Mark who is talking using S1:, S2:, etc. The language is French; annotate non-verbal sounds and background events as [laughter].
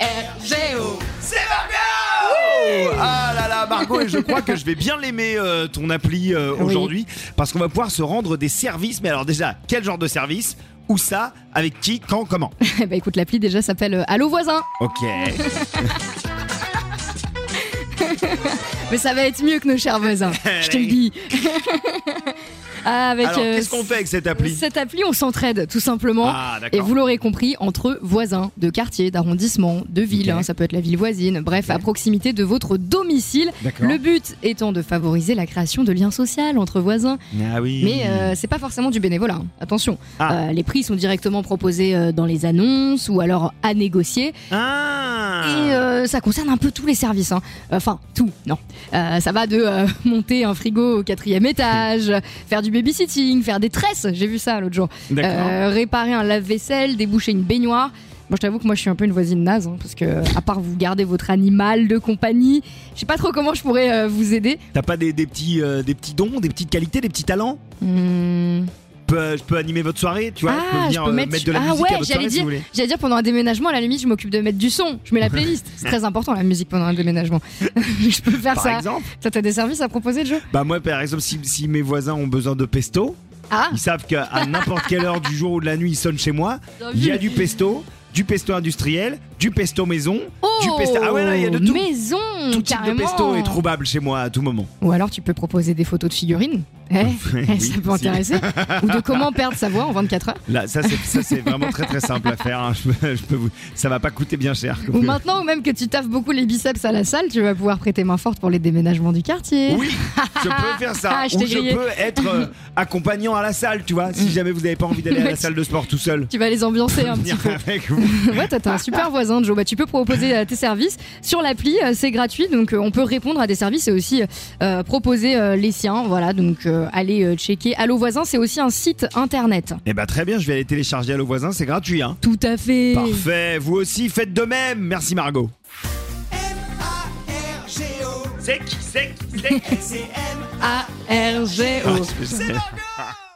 S1: M-A-R-G-O.
S2: C'est Margot Ah là là, Margot, et je crois que je vais bien l'aimer euh, ton appli euh, aujourd'hui parce qu'on va pouvoir se rendre des services. Mais alors, déjà, quel genre de service Où ça Avec qui Quand Comment
S1: Eh ben écoute, l'appli déjà s'appelle euh, Allô voisin. [laughs]
S2: Ok.
S1: Mais ça va être mieux que nos
S2: [laughs]
S1: chers voisins. Je te le dis. Ah, Avec
S2: Alors,
S1: euh,
S2: qu'est-ce qu'on fait avec cette appli
S1: Cette appli, on s'entraide tout simplement.
S2: Ah,
S1: Et
S2: d'accord.
S1: vous l'aurez compris, entre voisins, de quartier, d'arrondissement, de ville,
S2: Ok.
S1: hein, ça peut être la ville voisine, bref, à proximité de votre domicile.
S2: D'accord.
S1: Le but étant de favoriser la création de liens sociaux entre voisins.
S2: Ah oui.
S1: Mais euh, c'est pas forcément du bénévolat, hein. attention.
S2: Ah.
S1: Euh, les prix sont directement proposés euh, dans les annonces ou alors à négocier.
S2: Ah
S1: Et euh, ça concerne un peu tous les services. hein. Enfin, tout, non. Euh, ça va de euh, monter un frigo au quatrième étage,
S2: Hmm.
S1: euh, faire du babysitting, faire des tresses, j'ai vu ça l'autre jour,
S2: D'accord.
S1: Euh, réparer un lave-vaisselle, déboucher une baignoire. Bon, je t'avoue que moi, je suis un peu une voisine naze, hein, parce que à part vous garder votre animal de compagnie, je sais pas trop comment je pourrais euh, vous aider.
S2: T'as pas des, des petits, euh, des petits dons, des petites qualités, des petits talents
S1: Hmm.
S2: je peux, je peux animer votre soirée, tu vois. je peux
S1: Ah,
S2: venir
S1: je peux
S2: euh,
S1: mettre-
S2: de la
S1: ah
S2: musique
S1: ouais,
S2: à votre soirée
S1: j'allais
S2: si vous voulez.
S1: J'allais dire pendant un déménagement, à la limite, je m'occupe de mettre du son. Je mets la playlist.
S2: [laughs]
S1: C'est très important la musique pendant un déménagement. [laughs] je peux faire
S2: Par
S1: ça.
S2: exemple,
S1: Toi, t'as des services à proposer, Joe
S2: bah moi par exemple si, si mes voisins ont besoin de pesto,
S1: Ah,
S2: ils savent qu'à
S1: [laughs]
S2: n'importe quelle heure du jour ou de la nuit ils sonnent chez moi,
S1: bien
S2: il y a
S1: vu.
S2: du pesto, du pesto industriel, du pesto maison,
S1: Oh,
S2: du pesto. Ah ouais là, il y a de tout.
S1: Maison,
S2: tout type
S1: carrément.
S2: de pesto est trouvable chez moi à tout moment.
S1: Ou alors tu peux proposer des photos de figurines. [laughs] Eh,
S2: Oui,
S1: ça peut
S2: aussi.
S1: intéresser. Ou de comment perdre sa voix en 24 heures.
S2: Là, ça c'est ça, c'est vraiment très très simple à faire. hein. Je, peux- je peux vous, ça va pas coûter bien cher.
S1: Ou maintenant, ou même que tu taffes beaucoup les biceps à la salle, tu vas pouvoir prêter main forte pour les déménagements du quartier.
S2: Oui, je peux faire ça.
S1: [laughs] Ah, je
S2: Ou
S1: t'ai
S2: je
S1: grillé. Mm.
S2: peux être euh, accompagnant à la salle, tu vois, si jamais vous n'avez pas envie d'aller à
S1: Ouais,
S2: la
S1: tu-
S2: salle de sport tout
S1: [laughs]
S2: seul.
S1: Tu vas les ambiancer un petit
S2: Venir
S1: peu.
S2: avec vous.
S1: Ouais, toi, t'es
S2: [laughs]
S1: un super voisin, Joe. Bah, tu peux proposer euh, tes services sur l'appli, euh, c'est gratuit, donc euh, on peut répondre à des services et aussi euh, proposer euh, les siens. Voilà, donc euh, allez euh, checker. Allo voisin, c'est aussi un site internet.
S2: Eh ben très bien, je vais aller télécharger à le voisin, c'est gratuit. Hein.
S1: Tout à fait.
S2: Parfait, vous aussi faites de même. Merci Margot. [laughs] C'est qui, c'est qui, c'est qui
S1: A R G O.
S2: Ah, je fais ça.